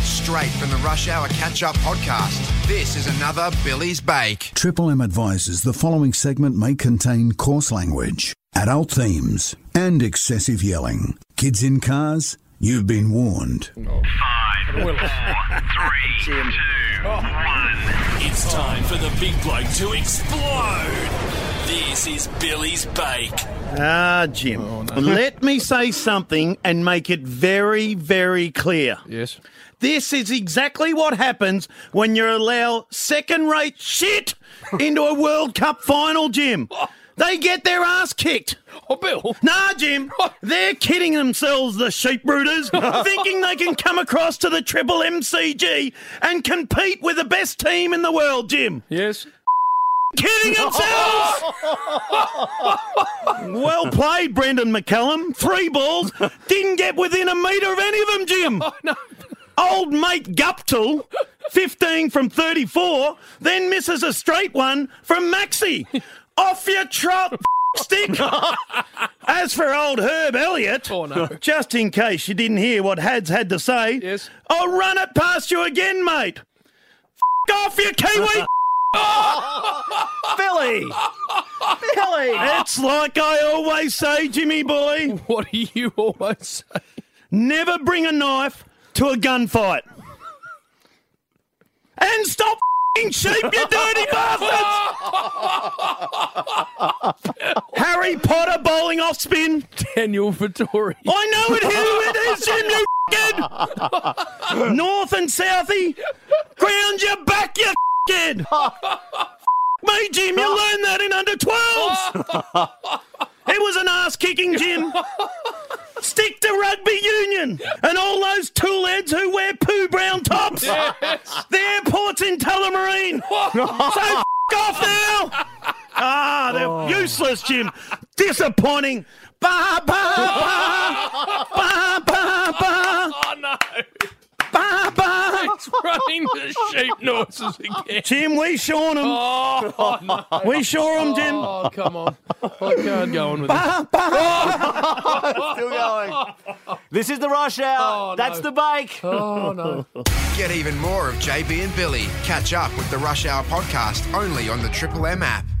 straight from the Rush Hour Catch Up podcast. This is another Billy's Bake. Triple M advises the following segment may contain coarse language, adult themes, and excessive yelling. Kids in cars, you've been warned. Five, four, three, two, one. It's time for the big bloke to explode. This is Billy's Bake. Ah, Jim. Let me say something and make it very, very clear. Yes. This is exactly what happens when you allow second rate shit into a World Cup final, Jim. They get their ass kicked. Oh, Bill. Nah, Jim. They're kidding themselves, the sheep rooters, thinking they can come across to the Triple MCG and compete with the best team in the world, Jim. Yes. Kidding themselves! well played, Brendan McCallum. Three balls. Didn't get within a metre of any of them, Jim. Oh, Old mate Guptill, 15 from 34, then misses a straight one from Maxi. Off your trot, stick. As for old Herb Elliott, Oh, no. just in case you didn't hear what Had's had to say, Yes. I'll run it past you again, mate. F- off you Kiwi. Billy! Billy! It's like I always say, Jimmy boy. What do you always say? Never bring a knife to a gunfight. And stop fing sheep, you dirty bastards! Harry Potter bowling off spin. Daniel Vittori. I know it who it is, Jim, you North and Southie, ground your back, you kid. me, Jim, you learned that in under 12s. it was an ass kicking, Jim. Stick to rugby union and all those tool heads who wear poo brown tops. The airport's in Tullamarine. so f- off now. Ah, they're useless, Jim. Disappointing. Ba ba ba ba ba ba Oh, no. ba ba. It's running the sheep noises again. Jim, we shorn 'em. Oh, no. We shore 'em, Jim. Oh, come on. I can't go on with this. Ba ba. Still going. This is the rush hour. Oh, That's no. the bike. Oh, no. Get even more of JB and Billy. Catch up with the Rush Hour podcast only on the Triple M app.